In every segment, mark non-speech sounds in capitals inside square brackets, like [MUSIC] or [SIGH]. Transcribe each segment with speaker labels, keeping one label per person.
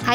Speaker 1: Hi,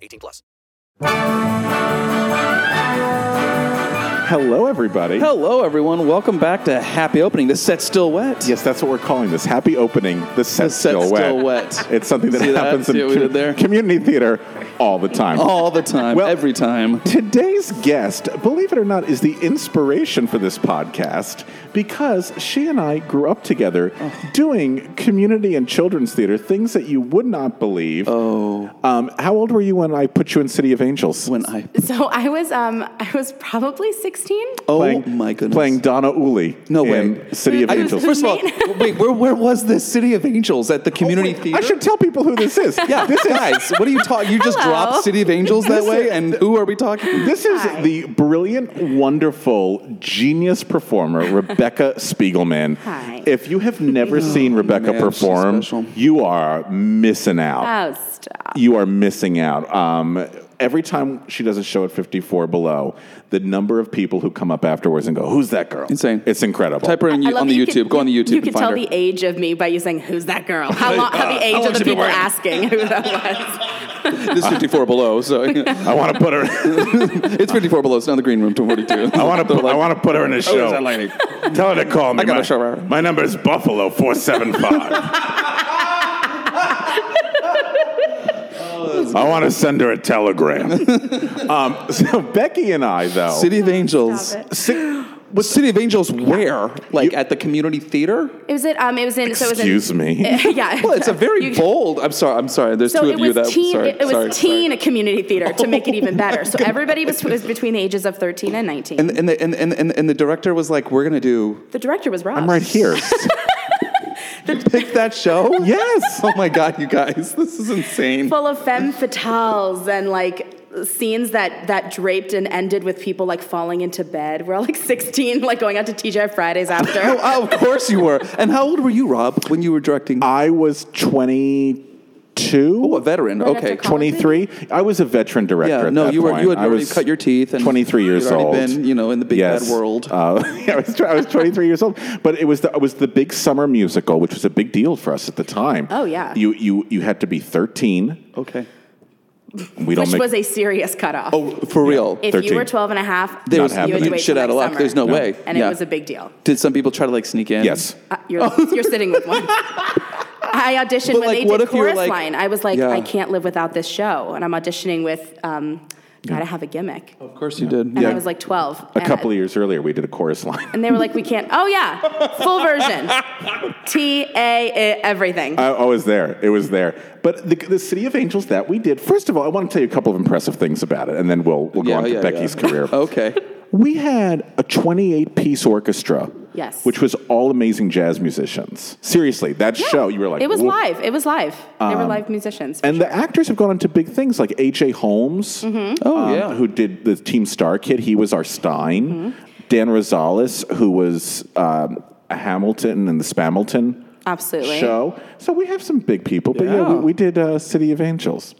Speaker 2: 18 plus.
Speaker 3: Hello, everybody.
Speaker 4: Hello, everyone. Welcome back to Happy Opening. The set's still wet.
Speaker 3: Yes, that's what we're calling this. Happy opening. The
Speaker 4: the
Speaker 3: set's,
Speaker 4: set's still,
Speaker 3: still, wet.
Speaker 4: wet.
Speaker 3: It's something that
Speaker 4: See that?
Speaker 3: happens
Speaker 4: See
Speaker 3: in
Speaker 4: what we
Speaker 3: com-
Speaker 4: did there?
Speaker 3: community theater all the time.
Speaker 4: All the [LAUGHS] time,
Speaker 3: Well-
Speaker 4: every time.
Speaker 3: Today's guest, believe it or not, is the inspiration for this podcast because she and I grew up together
Speaker 4: Oh.
Speaker 3: doing community and children's theater, things that you would not believe. Oh. Um, how old were you when I put you in City of Angels?
Speaker 4: When I
Speaker 5: So I was um I was probably 16.
Speaker 4: oh
Speaker 3: playing,
Speaker 4: my goodness,
Speaker 3: Playing Donna Uli
Speaker 4: No
Speaker 3: in
Speaker 4: way.
Speaker 3: City of
Speaker 4: I-
Speaker 3: Angels.
Speaker 4: First of all, [LAUGHS] wait, where, where was the City of Angels at the community theater?
Speaker 3: I should tell people who this is.
Speaker 4: [LAUGHS] yeah,
Speaker 3: this is
Speaker 4: guys, what are you talking? You just
Speaker 5: Hello.
Speaker 4: dropped City of Angels that way, and who are we talking?
Speaker 3: This is
Speaker 5: Hi.
Speaker 3: the brilliant, wonderful,
Speaker 5: [LAUGHS]
Speaker 3: genius performer, Rebecca Spiegelman.
Speaker 5: Hi.
Speaker 3: If you have never seen Rebecca
Speaker 4: Oh, man, she's
Speaker 3: perform,
Speaker 4: special.
Speaker 3: you are missing out.
Speaker 5: Oh, stop.
Speaker 3: You are missing out. Um, every time she does a show at 54 Below, the number of people who come up afterwards and go, Who's that girl?
Speaker 4: Insane.
Speaker 3: It's incredible.
Speaker 4: Type her in,
Speaker 5: I
Speaker 4: you-
Speaker 5: love
Speaker 4: on
Speaker 5: that
Speaker 4: the
Speaker 5: you
Speaker 4: YouTube.
Speaker 5: could-
Speaker 4: Go on the YouTube
Speaker 5: You
Speaker 4: and
Speaker 5: could
Speaker 4: find
Speaker 5: tell
Speaker 4: her.
Speaker 5: the age of me by you saying, "Who's that girl?" How long? How
Speaker 3: Uh,
Speaker 5: the
Speaker 3: how
Speaker 5: age
Speaker 3: long
Speaker 5: of the
Speaker 3: she been
Speaker 5: people
Speaker 3: wearing it?
Speaker 5: asking who that
Speaker 4: [LAUGHS]
Speaker 5: was. [LAUGHS]
Speaker 4: This is 54 below, so
Speaker 3: I want to put her.
Speaker 4: [LAUGHS] it's 54 below. It's not the green room, 242.
Speaker 3: I
Speaker 4: [LAUGHS]
Speaker 3: want to. Put, I want to put her in a show.
Speaker 4: "Oh, that lady?
Speaker 3: Tell her to call me.
Speaker 4: I got
Speaker 3: my,
Speaker 4: a show her.
Speaker 3: My number is Buffalo four seven
Speaker 4: [LAUGHS] Oh,
Speaker 3: five. I want to send her a
Speaker 4: [LAUGHS]
Speaker 3: telegram. um, so Becky and I, though,
Speaker 4: City of Angels.
Speaker 3: Si-
Speaker 4: Was City of Angels where? Like at the community theater?
Speaker 5: It was it. Um, it was in. so it was in-
Speaker 3: excuse me.
Speaker 5: [LAUGHS] yeah.
Speaker 4: Well, it's a very
Speaker 5: [LAUGHS] You-
Speaker 4: bold. I'm sorry. I'm sorry. There's
Speaker 5: So
Speaker 4: two
Speaker 5: it
Speaker 4: of you
Speaker 5: was
Speaker 4: that.
Speaker 5: teen.
Speaker 4: sorry,
Speaker 5: it was
Speaker 4: sorry,
Speaker 5: teen
Speaker 4: sorry.
Speaker 5: community theater to make it
Speaker 4: [LAUGHS]
Speaker 5: even better. So everybody was, was between the ages of 13 and 19.
Speaker 4: And, and, the, and, and, and, and the director was like, "We're gonna do
Speaker 5: the director was Rob.
Speaker 3: I'm
Speaker 4: [LAUGHS]
Speaker 3: right here.
Speaker 4: pick that show."
Speaker 3: Yes.
Speaker 4: Oh my god, you guys, this is insane.
Speaker 5: Full of femme fatales and like scenes that that draped and ended with people like falling into bed. We're all like 16, like going out to TGI Fridays after.
Speaker 4: [LAUGHS] Oh, oh, of course you were. And how old were you, Rob, when you were directing?
Speaker 3: I was 22.
Speaker 4: oh, a veteran.
Speaker 5: Right
Speaker 4: okay.
Speaker 5: after college.
Speaker 3: 23. I was a veteran director.
Speaker 4: Yeah,
Speaker 3: at
Speaker 4: no,
Speaker 3: that
Speaker 4: you were-
Speaker 3: point.
Speaker 4: you had
Speaker 3: I
Speaker 4: already
Speaker 3: was
Speaker 4: cut your teeth and
Speaker 3: 23
Speaker 4: you'd
Speaker 3: years
Speaker 4: already
Speaker 3: old.
Speaker 4: been, you know, in the big bad world.
Speaker 3: Uh, [LAUGHS] yeah, I was, tw- I was 23 years old, but it was the, it was the big summer musical, which was a big deal for us at the time.
Speaker 5: Oh, yeah.
Speaker 3: you you you had to be 13.
Speaker 4: Okay.
Speaker 3: We don't
Speaker 5: Which
Speaker 3: make
Speaker 5: was a serious cutoff.
Speaker 4: Oh, for real.
Speaker 5: if
Speaker 3: 13.
Speaker 5: you were 12 and a half,
Speaker 4: There
Speaker 5: you
Speaker 4: was-
Speaker 5: had
Speaker 4: you'd
Speaker 5: to wait
Speaker 4: shit
Speaker 5: till
Speaker 4: out of
Speaker 5: next
Speaker 4: luck.
Speaker 5: summer.
Speaker 4: There's no way.
Speaker 5: And
Speaker 4: Yeah.
Speaker 5: it was a big
Speaker 4: [LAUGHS]
Speaker 5: deal.
Speaker 4: Did some people try to like sneak in?
Speaker 3: yes.
Speaker 5: Uh, you're, you're sitting with
Speaker 4: [LAUGHS]
Speaker 5: one. I auditioned
Speaker 4: But,
Speaker 5: when
Speaker 4: like,
Speaker 5: they
Speaker 4: what
Speaker 5: did
Speaker 4: if you were,
Speaker 5: Chorus
Speaker 4: like-
Speaker 5: Line. I was like,
Speaker 4: Yeah.
Speaker 5: I can't live without this show. And I'm auditioning with um, Gotta Have a Gimmick.
Speaker 4: Of course you did.
Speaker 5: And I was like 12.
Speaker 3: A couple of years earlier, we did a chorus line.
Speaker 5: And they were like, we can't. Oh, yeah. Full version. T A I- everything.
Speaker 3: [LAUGHS] I, I was there. It was there. But the, the City of Angels that we did, first of all, I want to tell you a couple of impressive things about it, and then we'll, we'll go on to Becky's
Speaker 4: [LAUGHS]
Speaker 3: career.
Speaker 4: okay.
Speaker 3: We had a 28 piece orchestra.
Speaker 5: Yes.
Speaker 3: Which was all amazing jazz musicians. Seriously, that
Speaker 5: Yeah.
Speaker 3: show, you were like,
Speaker 5: It was
Speaker 3: "Whoa." Um,
Speaker 5: live. It was live. they were live musicians.
Speaker 3: And the actors have gone on to big things like A.J. Holmes,
Speaker 5: Mm-hmm.
Speaker 3: uh,
Speaker 4: Oh, yeah.
Speaker 3: who did the Team Star Kid. He was our Stein.
Speaker 5: Mm-hmm.
Speaker 3: Dan Rosales, who was um, a Hamilton and the Spamilton
Speaker 5: Absolutely.
Speaker 3: show. So we have some big people, but yeah, we, we did uh, City of Angels.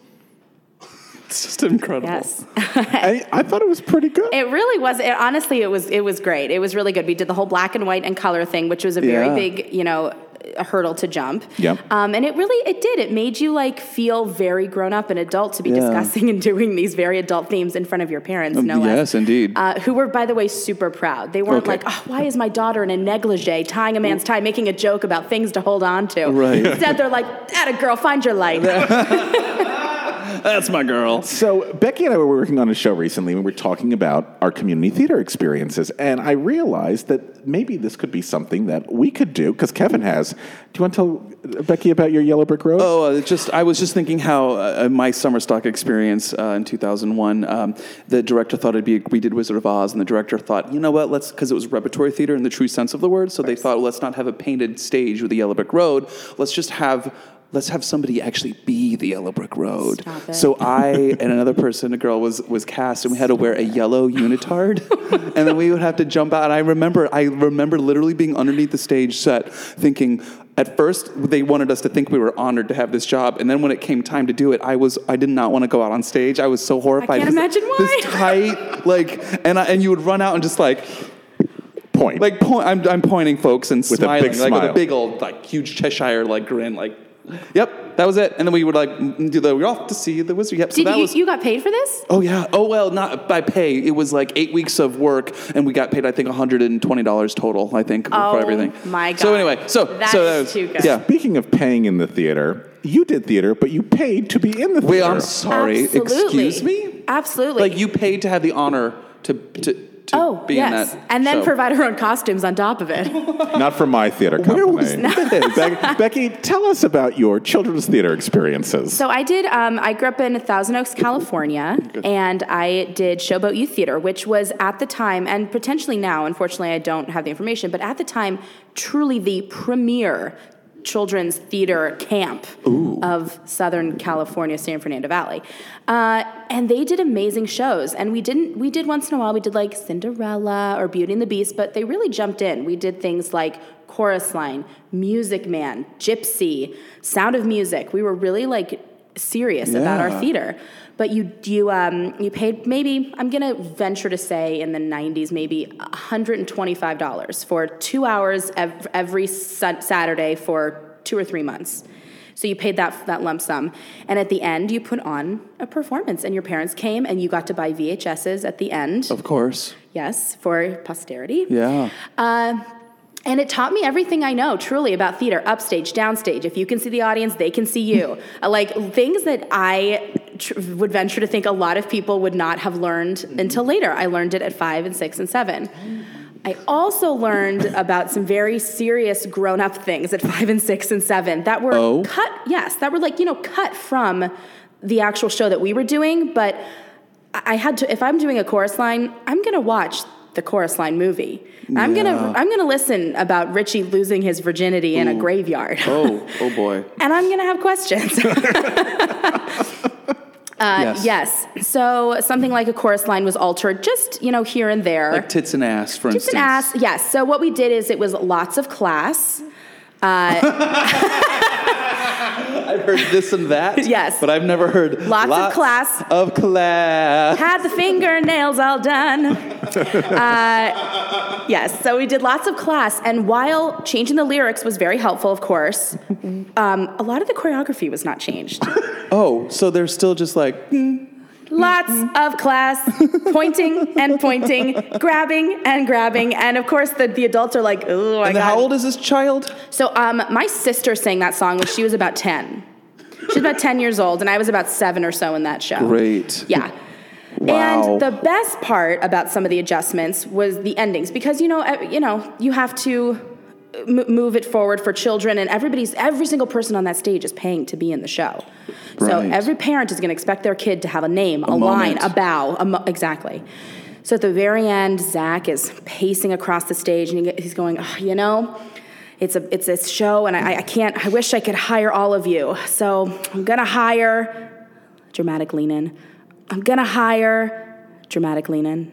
Speaker 5: [LAUGHS]
Speaker 4: It's just incredible.
Speaker 5: Yes.
Speaker 3: I, I thought it was pretty good.
Speaker 5: It really was. It, honestly, it was. It was great. It was really good. We did the whole black and white and color thing, which was a very
Speaker 4: Yeah.
Speaker 5: big, you know, a hurdle to jump.
Speaker 3: Yep.
Speaker 5: Um, and it really it did. It made you like feel very grown up and adult to be
Speaker 4: Yeah.
Speaker 5: discussing [LAUGHS] and doing these very adult themes in front of your parents,
Speaker 3: Um,
Speaker 5: no less.
Speaker 4: yes, indeed.
Speaker 5: Uh, who were, by the way, super proud. They weren't
Speaker 4: Okay.
Speaker 5: like, oh, why is my daughter in a negligee tying a man's tie, making a joke about things to hold on to? [LAUGHS]
Speaker 4: Right.
Speaker 5: Instead, they're like, at a girl, find your light.
Speaker 4: That's my girl.
Speaker 3: So Becky and I were working on a show recently, and we were talking about our community theater experiences, and I realized that maybe this could be something that we could do because Kevin has. Do you want to tell Becky about your Yellow Brick Road?
Speaker 4: Oh, uh, just I was just thinking how uh, my summer stock experience uh, in 2001. Um, the director thought it'd be we did Wizard of Oz, and the director thought, you know what? Let's because it was repertory theater in the true sense of the word. So they thought, let's not have a painted stage with the yellow brick road. Let's just have. Let's have somebody actually be the yellow brick road.
Speaker 5: Stop it.
Speaker 4: So I and another person, a girl, was was cast, and we had to wear a yellow unitard, [LAUGHS] and then we would have to jump out. And I remember, I remember literally being underneath the stage set, thinking. At first, they wanted us to think we were honored to have this job, and then when it came time to do it, I was I did not want to go out on stage. I was so horrified.
Speaker 5: can't
Speaker 4: This-
Speaker 5: imagine why.
Speaker 4: This tight, like, and I, and you would run out and just like
Speaker 3: point.
Speaker 4: like point. I'm I'm pointing, folks, and
Speaker 3: With a
Speaker 4: smiling
Speaker 3: big
Speaker 4: like with
Speaker 3: smile.
Speaker 4: a big old like huge Cheshire like grin, like. Yep, that was it. And then we would like m- do the we're off to see the wizard. Yep. so
Speaker 5: Did
Speaker 4: that
Speaker 5: you,
Speaker 4: was,
Speaker 5: you got paid for this?
Speaker 4: Oh yeah. Oh well, not by pay. It was like eight weeks of work, and we got paid. I think one hundred and twenty dollars total. I think
Speaker 5: Oh,
Speaker 4: for everything.
Speaker 5: my God.
Speaker 4: So anyway, so
Speaker 5: That's
Speaker 4: so that was,
Speaker 5: too good.
Speaker 4: Yeah.
Speaker 3: Speaking of paying in the theater, you did theater, but you paid to be in the theater.
Speaker 4: Wait, I'm sorry.
Speaker 5: Absolutely.
Speaker 4: Excuse me.
Speaker 5: Absolutely.
Speaker 4: Like you paid to have the honor to to, to
Speaker 5: Oh,
Speaker 4: be
Speaker 5: yes.
Speaker 4: in that.
Speaker 5: and then
Speaker 4: show.
Speaker 5: provide her own costumes on top of it.
Speaker 3: Not for my theater company.
Speaker 4: Where was
Speaker 3: Beck- [LAUGHS] Becky, tell us about your children's theater experiences.
Speaker 5: So I did. Um, I grew up in Thousand Oaks, California, and I did Showboat Youth Theater, which was at the time and potentially now. Unfortunately, I don't have the information, but at the time, truly the premier children's theater camp of Southern California, San Fernando Valley, uh, and they did amazing shows. And we didn't. We did once in a while. We did like Cinderella or Beauty and the Beast, but they really jumped in. We did things like chorus line, Music Man, Gypsy, Sound of Music. We were really like serious about our
Speaker 4: Yeah.
Speaker 5: theater. But you you um, you paid maybe I'm gonna venture to say in the 90s maybe 125 dollars for two hours ev- every sun- Saturday for two or three months. So you paid that that lump sum, and at the end you put on a performance, and your parents came, and you got to buy VHSs at the end.
Speaker 4: Of course.
Speaker 5: Yes, for posterity.
Speaker 4: Oh. Yeah.
Speaker 5: Uh, and it taught me everything I know truly about theater upstage, downstage. If you can see the audience, they can see you. Uh, like things that I tr- would venture to think a lot of people would not have learned until later. I learned it at five and six and seven. I also learned about some very serious grown up things at five and six and seven that were
Speaker 4: Oh?
Speaker 5: cut, yes, that were like, you know, cut from the actual show that we were doing, but I I had to if I'm doing a chorus line, I'm gonna watch the chorus line movie. I'm gonna I'm gonna listen about Richie losing his virginity in a graveyard.
Speaker 4: Oh. Oh boy.
Speaker 5: [LAUGHS] And I'm gonna have
Speaker 4: [LAUGHS]
Speaker 5: questions.
Speaker 4: yes.
Speaker 5: Uh, yes. So something like a chorus line was altered just, you know, here and there.
Speaker 4: Like tits and ass, for
Speaker 5: Just
Speaker 4: instance.
Speaker 5: an ass, yes. So what we did is it was lots of class.
Speaker 4: I've heard this and that.
Speaker 5: [LAUGHS] Yes.
Speaker 4: But I've never heard
Speaker 5: Lots of class.
Speaker 4: Of class.
Speaker 5: Had the fingernails all
Speaker 4: [LAUGHS]
Speaker 5: done. Uh, yes, so we did lots of class, and while changing the lyrics was very helpful, of course, um, a lot of the choreography was not changed.
Speaker 4: Oh, so they're still just like mm,
Speaker 5: Lots of class, pointing and pointing, grabbing and grabbing, and of course the, the adults are like, "Ooh, I
Speaker 4: and then
Speaker 5: got."
Speaker 4: how old is this child?
Speaker 5: So um, my sister sang that song when she was about ten. She was about ten years old, and I was about seven or so in that show.
Speaker 4: Great.
Speaker 5: Yeah.
Speaker 4: Wow.
Speaker 5: And the best part about some of the adjustments was the endings because you know uh, you know you have to uh, m- move it forward for children and everybody's every single person on that stage is paying to be in the show. So
Speaker 4: Right.
Speaker 5: every parent is going to expect their kid to have a name, a, line,
Speaker 4: moment.
Speaker 5: a bow, a mo- exactly. So at the very end, Zach is pacing across the stage and he ge- he's going, oh, you know. It's a it's a show, and I, I can't. I wish I could hire all of you. So I'm gonna hire dramatic lean in. I'm gonna hire dramatic lean in.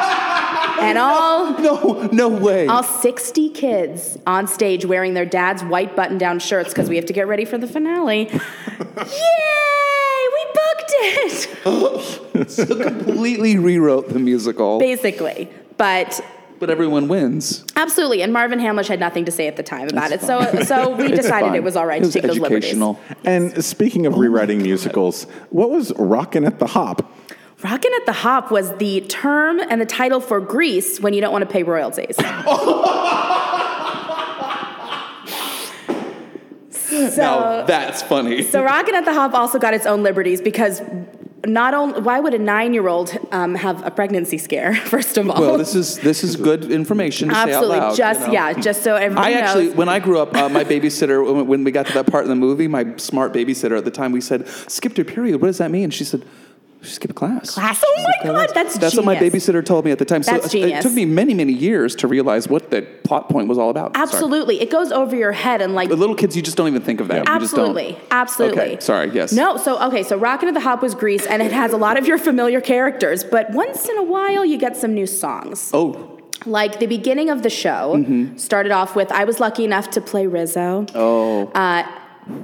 Speaker 5: and all
Speaker 4: [LAUGHS] No, no way.
Speaker 5: all 60 kids on stage wearing their dad's white button-down shirts because we have to get ready for the finale. Yay! We booked it.
Speaker 4: completely rewrote the musical.
Speaker 5: basically. But
Speaker 4: but everyone wins.
Speaker 5: absolutely, and Marvin Hamlish had nothing to say at the time about it, so so
Speaker 4: [LAUGHS]
Speaker 5: we decided it was all right
Speaker 4: It was
Speaker 5: to take [LAUGHS]
Speaker 4: educational.
Speaker 3: And speaking of rewriting musicals, what was Rockin' at the Hop?
Speaker 5: those liberties. Rockin' at the Hop was the term and the title for Greece when you don't want to pay
Speaker 4: [COUGHS]
Speaker 5: royalties.
Speaker 4: now that's funny.
Speaker 5: So Rockin' at the Hop also got its own liberties because not only why would a nine-year-old um, have a pregnancy scare? [LAUGHS] First of all,
Speaker 4: well, this is this is good information to say
Speaker 5: absolutely
Speaker 4: out loud.
Speaker 5: just
Speaker 4: you know?
Speaker 5: yeah, just so everyone
Speaker 4: I
Speaker 5: knows.
Speaker 4: actually, when I grew up,
Speaker 5: [LAUGHS]
Speaker 4: uh, my babysitter, when- when we got to that part in the movie, my smart babysitter at the time, we said, "Skipped her period. What does that mean?" She said, "Skip a class."
Speaker 5: Class. Oh my God, that's
Speaker 4: that's what my
Speaker 5: genius.
Speaker 4: babysitter told me at the time. so
Speaker 5: That's
Speaker 4: it- it
Speaker 5: genius.
Speaker 4: took me many, many years to realize what the plot point was all about. Sorry.
Speaker 5: absolutely, it goes over your head and like
Speaker 4: But little kids, you just don't even think of that. You just don't.
Speaker 5: Absolutely, absolutely.
Speaker 4: Okay, sorry, yes.
Speaker 5: No, so okay, so Rocket of the Hop was Grease, and it has a lot of your familiar characters, but once in a while you get some new songs.
Speaker 4: Oh, Mm-hmm.
Speaker 5: Like the beginning of the show started off with I was lucky enough to play Rizzo. Oh. Uh,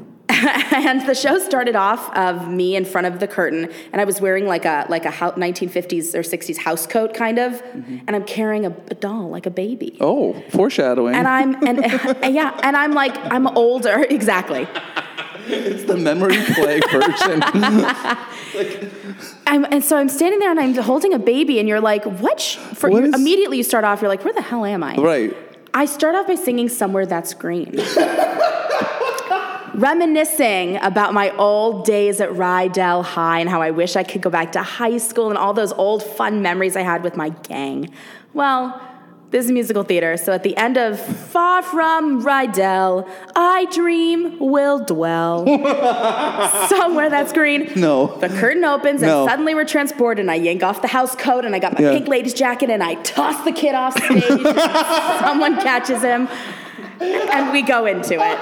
Speaker 5: [LAUGHS] and the show started off of me in front of the curtain, and I was wearing like a like a hou- 1950s or 60s house coat kind of, and I'm carrying a, a doll like a baby
Speaker 4: Mm-hmm. oh, foreshadowing.
Speaker 5: and I'm and, and [LAUGHS] yeah, and I'm like I'm older [LAUGHS] exactly.
Speaker 4: [LAUGHS] it's the memory play version.
Speaker 5: [LAUGHS] I'm, and so I'm standing there and I'm holding a baby, and you're like, "What?" Sh-? For
Speaker 4: What
Speaker 5: you,
Speaker 4: is-
Speaker 5: immediately you start off, you're like, "Where the hell am I?"
Speaker 4: right.
Speaker 5: I start off by singing "Somewhere That's Green." [LAUGHS] Reminiscing about my old days at Rydell High and how I wish I could go back to high school and all those old fun memories I had with my gang. Well, this is musical theater, so at the end of Far From Rydell, I dream will
Speaker 4: [LAUGHS]
Speaker 5: dwell. Somewhere that's green.
Speaker 4: No.
Speaker 5: The curtain opens
Speaker 4: No.
Speaker 5: and suddenly we're transported and I yank off the house coat and I got my
Speaker 4: Yeah.
Speaker 5: pink lady's jacket and I toss the kid off stage.
Speaker 4: [LAUGHS]
Speaker 5: and someone catches him and we go into it.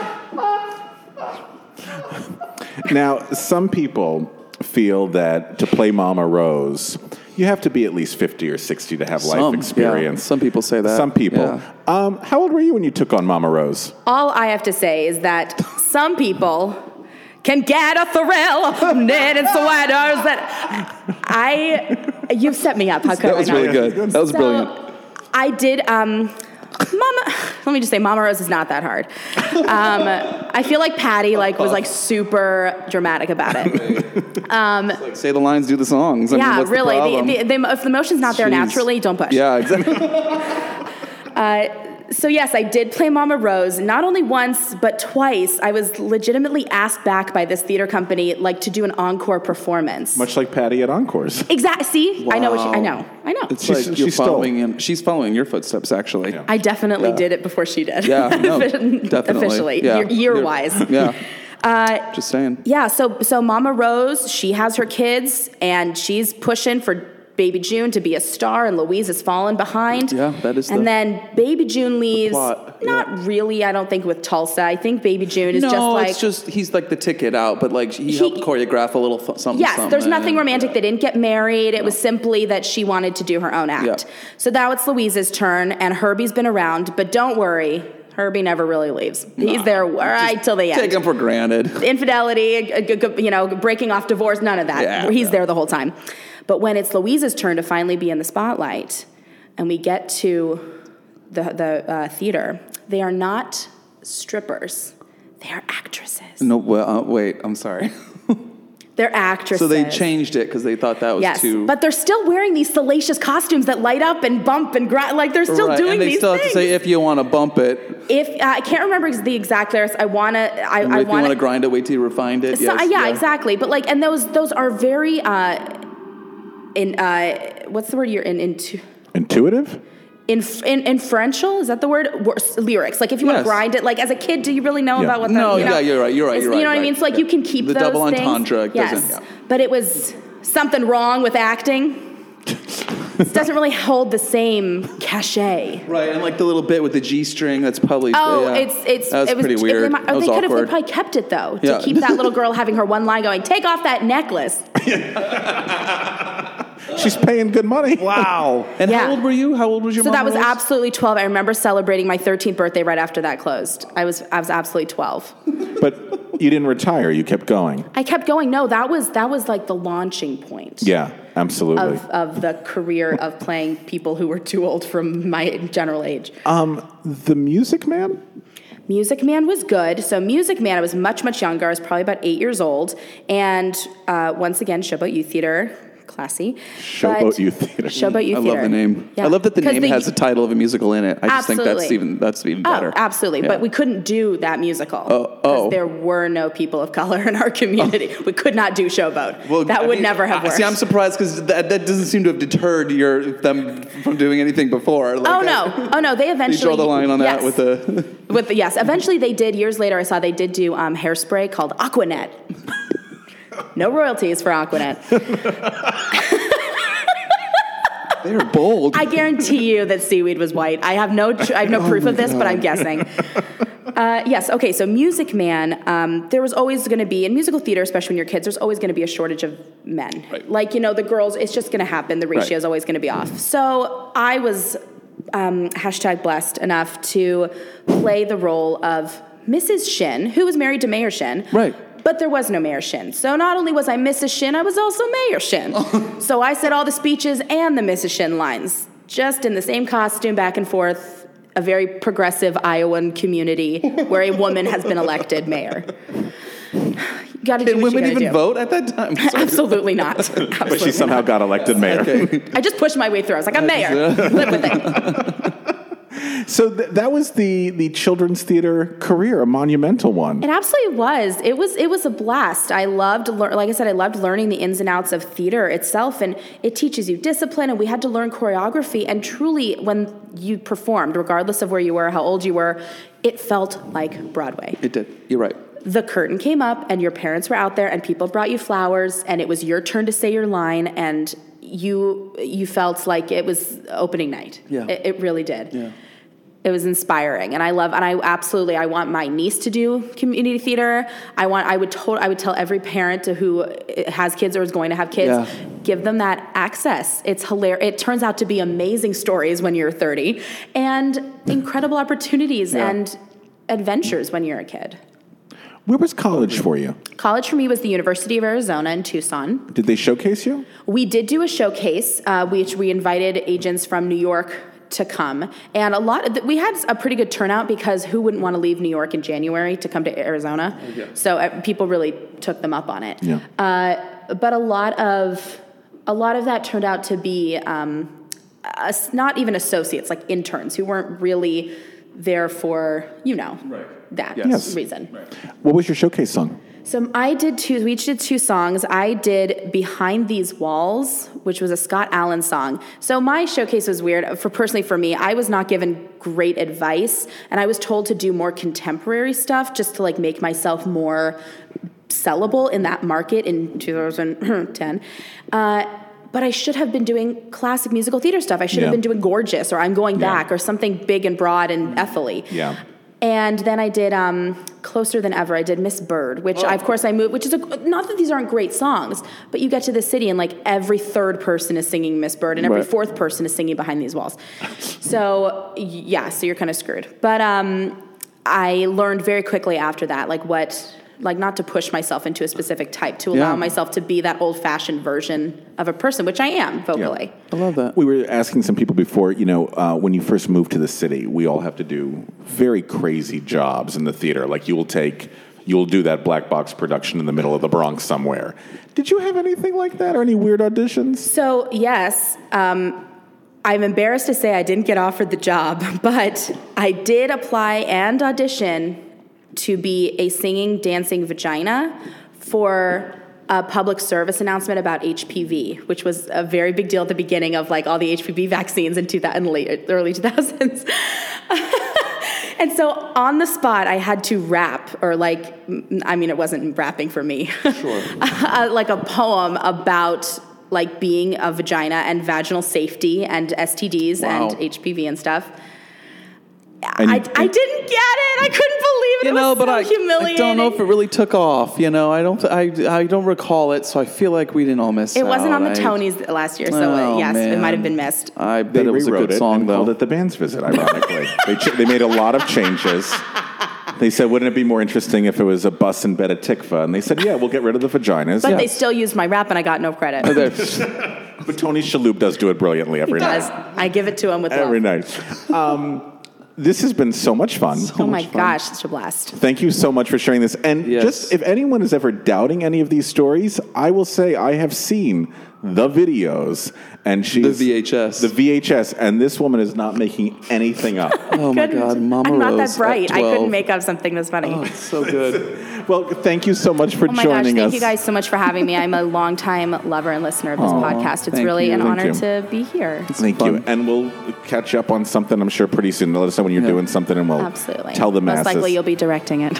Speaker 3: Now, some people feel that to play Mama Rose, you have to be at least 50 or 60 to have life
Speaker 4: Some,
Speaker 3: experience.
Speaker 4: yeah. Some people say that,
Speaker 3: Some people.
Speaker 4: yeah.
Speaker 3: Um, how old were you when you took on Mama Rose?
Speaker 5: All I have to say is that some people can get a thrill from knitting sweaters that I you've set me up. How could
Speaker 4: [LAUGHS] That was
Speaker 5: I not?
Speaker 4: really good. That was
Speaker 5: So,
Speaker 4: brilliant.
Speaker 5: I did. Um, Mama, [LAUGHS] let me just say, Mama Rose is not that hard. Um, I feel like Patty like was like super dramatic about
Speaker 4: [LAUGHS]
Speaker 5: it.
Speaker 4: Like, say the lines, do the songs. I mean,
Speaker 5: Yeah,
Speaker 4: what's the
Speaker 5: really.
Speaker 4: problem?
Speaker 5: the, the, the, if the motion's not there
Speaker 4: Jeez.
Speaker 5: naturally, don't push. Uh,
Speaker 4: Yeah, exactly.
Speaker 5: [LAUGHS] So yes, I did play Mama Rose not only once but twice. I was legitimately asked back by this theater company like to do an encore performance.
Speaker 3: Much like Patty at Encores.
Speaker 5: Exactly. See, I know what she, I know. I know.
Speaker 4: It's
Speaker 3: She's-
Speaker 4: like you're
Speaker 3: she stole.
Speaker 4: following him. She's following your footsteps, actually.
Speaker 5: I definitely did it before she did.
Speaker 4: Yeah, no, definitely.
Speaker 5: [LAUGHS] Officially,
Speaker 4: Yeah.
Speaker 5: year wise.
Speaker 4: Yeah.
Speaker 5: Uh,
Speaker 4: Just saying.
Speaker 5: Yeah, so so Mama Rose, she has her kids and she's pushing for baby June to be a star and Louise has fallen behind.
Speaker 4: Yeah, that is
Speaker 5: And
Speaker 4: the-
Speaker 5: then baby June leaves.
Speaker 4: plot,
Speaker 5: Not
Speaker 4: yeah.
Speaker 5: really, I don't think with Tulsa. I think baby June is
Speaker 4: no,
Speaker 5: just like
Speaker 4: it's just he's like the ticket out, but like he,
Speaker 5: He-
Speaker 4: helped choreograph a little th- something.
Speaker 5: Yes, there's
Speaker 4: something.
Speaker 5: nothing romantic. They didn't get married. It was simply that she wanted to do her own act.
Speaker 4: Yeah.
Speaker 5: So now it's Louise's turn, and Herbie's been around, but don't worry, Herbie never really leaves. He's there right till the end.
Speaker 4: Take him for granted.
Speaker 5: infidelity, g- g- g- you know, breaking off divorce, none of that.
Speaker 4: Yeah,
Speaker 5: He's
Speaker 4: yeah.
Speaker 5: there the whole time. But when it's Louise's turn to finally be in the spotlight, and we get to the, the uh, theater, they are not strippers. They are actresses.
Speaker 4: No, well, uh, wait. I'm sorry.
Speaker 5: They're actresses.
Speaker 4: So they changed it because they thought that was
Speaker 5: Yes,
Speaker 4: too.
Speaker 5: but they're still wearing these salacious costumes that light up and bump and grind. Like they're still
Speaker 4: Right,
Speaker 5: doing
Speaker 4: and they
Speaker 5: these
Speaker 4: still have
Speaker 5: things.
Speaker 4: to say if you want to bump it,
Speaker 5: if uh, I can't remember ex- the exact lyrics, I wanna, I,
Speaker 4: if
Speaker 5: I
Speaker 4: you want
Speaker 5: wanna
Speaker 4: to grind it, wait till you refined it.
Speaker 5: So,
Speaker 4: yes,
Speaker 5: yeah, exactly. But like, and those those are very uh, in uh, what's the word you're in into.
Speaker 3: Intuitive?
Speaker 5: In, in, inferential is that the word Wor- s- lyrics like if you want
Speaker 4: Yes.
Speaker 5: to grind it like as a kid do you really know
Speaker 3: Yeah.
Speaker 5: about what
Speaker 4: No,
Speaker 5: that you know,
Speaker 4: yeah, you're right, you're right,
Speaker 5: it's-
Speaker 4: you're
Speaker 5: you know
Speaker 4: right,
Speaker 5: what I mean
Speaker 4: right.
Speaker 5: it's like you can keep
Speaker 4: The
Speaker 5: those
Speaker 4: double
Speaker 5: things.
Speaker 4: entendre doesn't-
Speaker 5: yes
Speaker 4: yeah.
Speaker 5: but it was something wrong with acting
Speaker 4: [LAUGHS]
Speaker 5: it doesn't really hold the same cachet
Speaker 4: Right, and like the little bit with the G string that's probably.
Speaker 5: Oh,
Speaker 4: yeah.
Speaker 5: it's it's
Speaker 4: That was
Speaker 5: it was
Speaker 4: pretty
Speaker 5: if
Speaker 4: weird.
Speaker 5: They, might- or
Speaker 4: that was
Speaker 5: they could have they
Speaker 4: awkward.
Speaker 5: probably kept it though to
Speaker 4: Yeah.
Speaker 5: keep
Speaker 4: [LAUGHS]
Speaker 5: that little girl having her one line going. Take off that necklace.
Speaker 3: She's paying good money. Wow.
Speaker 4: and
Speaker 5: yeah.
Speaker 4: how old were you? How old was your
Speaker 5: So
Speaker 4: mom?
Speaker 5: that was
Speaker 4: when it
Speaker 5: absolutely twelve. I remember celebrating my thirteenth birthday right after that closed. I was I was absolutely twelve.
Speaker 3: but you didn't retire, you kept going.
Speaker 5: I kept going. No, that was that was like the launching point.
Speaker 3: Yeah, absolutely.
Speaker 5: Of, of the career of playing people who were too old from my general age.
Speaker 3: um, the Music Man?
Speaker 5: Music Man was good. So Music Man, I was much much younger. I was probably about eight years old. And uh, once again, Showboat Youth Theater, classy.
Speaker 3: Showboat
Speaker 5: But-
Speaker 3: Youth Theater.
Speaker 5: Showboat Youth
Speaker 4: I
Speaker 5: Theater.
Speaker 4: love the name.
Speaker 5: Yeah.
Speaker 4: I love that the
Speaker 5: 'Cause
Speaker 4: name has the title of a musical in it. I just think that's
Speaker 5: Absolutely.
Speaker 4: even that's even
Speaker 5: Oh,
Speaker 4: better.
Speaker 5: absolutely.
Speaker 4: Yeah.
Speaker 5: But we couldn't do that musical because
Speaker 4: oh.
Speaker 5: there were no people of color [LAUGHS] in our community. We could not do Showboat. that
Speaker 4: I
Speaker 5: would
Speaker 4: mean,
Speaker 5: never have
Speaker 4: I-
Speaker 5: worked.
Speaker 4: See, I'm surprised because that, that doesn't seem to have deterred your them from doing anything before. Like,
Speaker 5: Oh
Speaker 4: that-
Speaker 5: no! Oh no! They
Speaker 4: [LAUGHS] You
Speaker 5: eventually
Speaker 4: draw the line on that
Speaker 5: Yes.
Speaker 4: with the.
Speaker 5: with the, yes. Eventually, they did. Years later, I saw they did do um, hairspray called Aquanet. [LAUGHS] no royalties for Aquanet.
Speaker 4: They're bold.
Speaker 5: I guarantee you that seaweed was white. I have no tr- I have no proof of this, but I'm guessing. Uh, yes. Okay. So, Music Man. Um, there was always going to be in musical theater, especially when you're kids. There's always going to be a shortage of men.
Speaker 4: Right.
Speaker 5: Like you know, the girls. It's just going to happen. The ratio
Speaker 4: Right.
Speaker 5: is always going to be off. So I was um, hashtag blessed enough to play the role of Mrs. Shin, who was married to Mayor Shin.
Speaker 4: Right.
Speaker 5: But there was no Mayor Shin. So not only was I Mrs. Shin, I was also Mayor
Speaker 4: Oh.
Speaker 5: Shin. [LAUGHS] so I said all the speeches and the Mrs. Shin lines, just in the same costume, back and forth, a very progressive Iowan community where a woman has been elected mayor. [SIGHS] You gotta do
Speaker 4: Did
Speaker 5: what you
Speaker 4: women
Speaker 5: gotta
Speaker 4: even
Speaker 5: do.
Speaker 4: vote at that time?
Speaker 5: [LAUGHS] Absolutely not. [LAUGHS]
Speaker 3: But she
Speaker 4: [LAUGHS]
Speaker 5: Absolutely
Speaker 3: somehow got elected mayor.
Speaker 5: not. I just pushed my way through. I was like, I'm
Speaker 4: [LAUGHS]
Speaker 5: mayor. Live with it.
Speaker 3: So th- that was the the children's theater career, a monumental one.
Speaker 5: It absolutely was. It was it was a blast. I loved lear- like I said I loved learning the ins and outs of theater itself and it teaches you discipline and we had to learn choreography and truly when you performed regardless of where you were, how old you were, it felt like Broadway.
Speaker 4: It did. You're right.
Speaker 5: The curtain came up and your parents were out there and people brought you flowers and it was your turn to say your line and you you felt like it was opening night.
Speaker 4: Yeah.
Speaker 5: It, it really did.
Speaker 4: Yeah.
Speaker 5: it was inspiring and i love and i absolutely i want my niece to do community theater i want i would told i would tell every parent who has kids or is going to have kids
Speaker 4: Yeah.
Speaker 5: give them that access it's hilarious it turns out to be amazing stories when you're 30 and incredible opportunities
Speaker 4: Yeah.
Speaker 5: and adventures when you're a kid
Speaker 3: Where was college for you?
Speaker 5: college for me was the university of arizona in tucson
Speaker 3: Did they showcase you?
Speaker 5: we did do a showcase, uh, which we invited agents from New York to come, and a lot. Of th- we had a pretty good turnout because who wouldn't want to leave New York in January to come to Arizona? So uh, people really took them up on it.
Speaker 3: Yeah.
Speaker 5: Uh, but a lot of a lot of that turned out to be um, us, not even associates, like interns who weren't really there for you know that
Speaker 3: Yes.
Speaker 5: reason.
Speaker 3: What was your showcase song?
Speaker 5: So I did two. We each did two songs. I did "Behind These Walls," which was a Scott Allen song. So my showcase was weird. For personally, for me, I was not given great advice, and I was told to do more contemporary stuff just to like make myself more sellable in that market in 2010. Uh, but I should have been doing classic musical theater stuff. I should
Speaker 3: Yeah.
Speaker 5: have been doing Gorgeous or I'm Going
Speaker 3: Yeah.
Speaker 5: Back or something big and broad and ethely.
Speaker 3: Yeah.
Speaker 5: And then I did um, Closer Than Ever. I did Miss Bird, which
Speaker 4: Oh.
Speaker 5: I, of course I moved, which is a, not that these aren't great songs, but you get to the city and like every third person is singing Miss Bird and every
Speaker 4: Right.
Speaker 5: fourth person is singing Behind These
Speaker 4: [LAUGHS]
Speaker 5: Walls. so, yeah, so you're kind of screwed. But um, I learned very quickly after that, like what, like not to push myself into a specific type, to allow
Speaker 4: Yeah.
Speaker 5: myself to be that old fashioned version of a person, which I am vocally.
Speaker 4: I love that.
Speaker 3: We were asking some people before, you know, uh, when you first move to the city, we all have to do very crazy jobs in the theater. Like you will take you'll do that black box production in the middle of the Bronx somewhere. Did you have anything like that or any weird auditions?
Speaker 5: So, yes, um, I'm embarrassed to say I didn't get offered the job, [LAUGHS] but I did apply and audition to be a singing, dancing vagina for a public service announcement about HPV, which was a very big deal at the beginning of like all the HPV vaccines in 2000, in the late- early 2000s. [LAUGHS] And so on the spot, I had to rap, or like, m- I mean, it wasn't rapping for me. Sure. [LAUGHS] uh, like a poem about like being a vagina and vaginal safety and STDs
Speaker 4: Wow.
Speaker 5: and HPV and stuff.
Speaker 3: And-
Speaker 5: I, I didn't get it. I couldn't believe it.
Speaker 4: You
Speaker 5: It
Speaker 4: know,
Speaker 5: was
Speaker 4: but
Speaker 5: so
Speaker 4: I, I
Speaker 5: humiliating.
Speaker 4: don't know if it really took off. You know, I don't. I, I don't recall it, so I feel like we didn't all miss.
Speaker 5: It wasn't on
Speaker 4: out.
Speaker 5: the
Speaker 4: I-
Speaker 5: Tonys last year, so uh,
Speaker 4: Oh,
Speaker 5: yes, it might
Speaker 4: man. Uh,
Speaker 5: have been missed.
Speaker 4: I
Speaker 3: They
Speaker 4: bet it was a
Speaker 3: rewrote
Speaker 4: good
Speaker 3: it
Speaker 4: song
Speaker 3: and
Speaker 4: though.
Speaker 3: called it the band's visit. Ironically, [LAUGHS] they ch- they made a lot of changes. They said, "Wouldn't it be more interesting if it was a bus in Beta Tikva?" And they said, "Yeah, we'll get rid of the vaginas."
Speaker 5: But
Speaker 3: Yeah.
Speaker 5: they still used my rap, and I got no
Speaker 4: [LAUGHS]
Speaker 5: credit.
Speaker 3: [LAUGHS]
Speaker 5: He
Speaker 3: But Tony Shalhoub does do it brilliantly every night.
Speaker 5: does. I give it to him with
Speaker 3: Every
Speaker 5: love.
Speaker 3: night. Um, this has been so much fun.
Speaker 5: Oh my gosh, such a blast.
Speaker 3: Thank you so much for sharing this. And
Speaker 4: Yes.
Speaker 3: just if anyone is ever doubting any of these stories, I will say I have seen the videos and she's
Speaker 4: The VHS.
Speaker 3: The VHS and this woman is not making anything
Speaker 5: [LAUGHS]
Speaker 3: up.
Speaker 4: oh my
Speaker 5: Couldn't.
Speaker 4: God, Mama
Speaker 5: I'm not
Speaker 4: Rose
Speaker 5: that
Speaker 4: at
Speaker 5: bright. I
Speaker 4: 12.
Speaker 5: couldn't
Speaker 4: [LAUGHS]
Speaker 5: make up something that's funny.
Speaker 4: Oh, it's so
Speaker 5: [LAUGHS]
Speaker 4: good.
Speaker 3: well, thank you so much for
Speaker 5: Oh my gosh,
Speaker 3: joining
Speaker 5: thank
Speaker 3: us.
Speaker 5: you guys so much for having me. I'm
Speaker 4: [LAUGHS]
Speaker 5: a longtime lover and listener of this podcast. It's
Speaker 4: thank
Speaker 5: really
Speaker 4: you.
Speaker 5: an
Speaker 3: Thank
Speaker 5: honor
Speaker 3: you.
Speaker 5: to be here.
Speaker 3: Thank
Speaker 4: Fun.
Speaker 3: you. And we'll catch up on something I'm sure pretty soon. Let us know when you're
Speaker 4: Yeah.
Speaker 3: doing something and we'll
Speaker 5: Absolutely.
Speaker 3: tell the
Speaker 5: Most
Speaker 3: masses.
Speaker 5: likely you'll be directing
Speaker 4: [LAUGHS]
Speaker 5: it.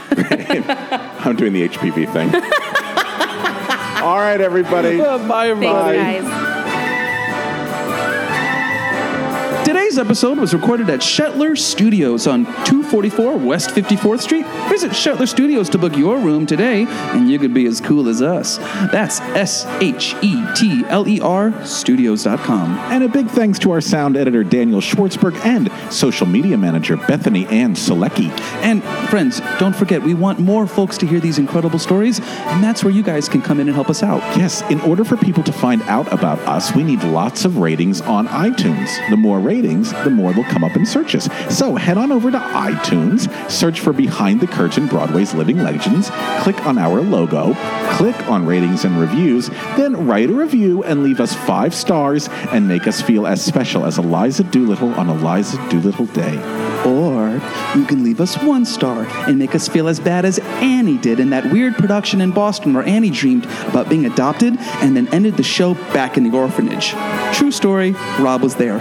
Speaker 3: I'm doing the HPV thing.
Speaker 5: [LAUGHS]
Speaker 3: All right, everybody.
Speaker 5: Oh,
Speaker 4: Bye, everybody.
Speaker 5: Thanks, guys.
Speaker 4: Today's episode was recorded at Shetler Studios on 244 West 54th Street. Visit Shetler Studios to book your room today, and you could be as cool as us. That's S H E T L E R Studios.com.
Speaker 3: And a big thanks to our sound editor, Daniel Schwartzberg, and social media manager, Bethany Ann Selecki.
Speaker 4: And friends, don't forget, we want more folks to hear these incredible stories, and that's where you guys can come in and help us out.
Speaker 3: Yes, in order for people to find out about us, we need lots of ratings on iTunes. The more ratings, the more they'll come up in searches. So head on over to iTunes, search for Behind the Curtain Broadway's Living Legends, click on our logo, click on ratings and reviews, then write a review and leave us five stars and make us feel as special as Eliza Doolittle on Eliza Doolittle Day.
Speaker 4: Or you can leave us one star and make us feel as bad as Annie did in that weird production in Boston where Annie dreamed about being adopted and then ended the show back in the orphanage. True story, Rob was there.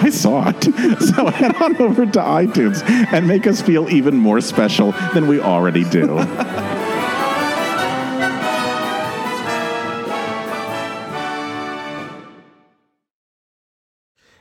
Speaker 3: I saw it. [LAUGHS] So head on over to iTunes and make us feel even more special than we already do.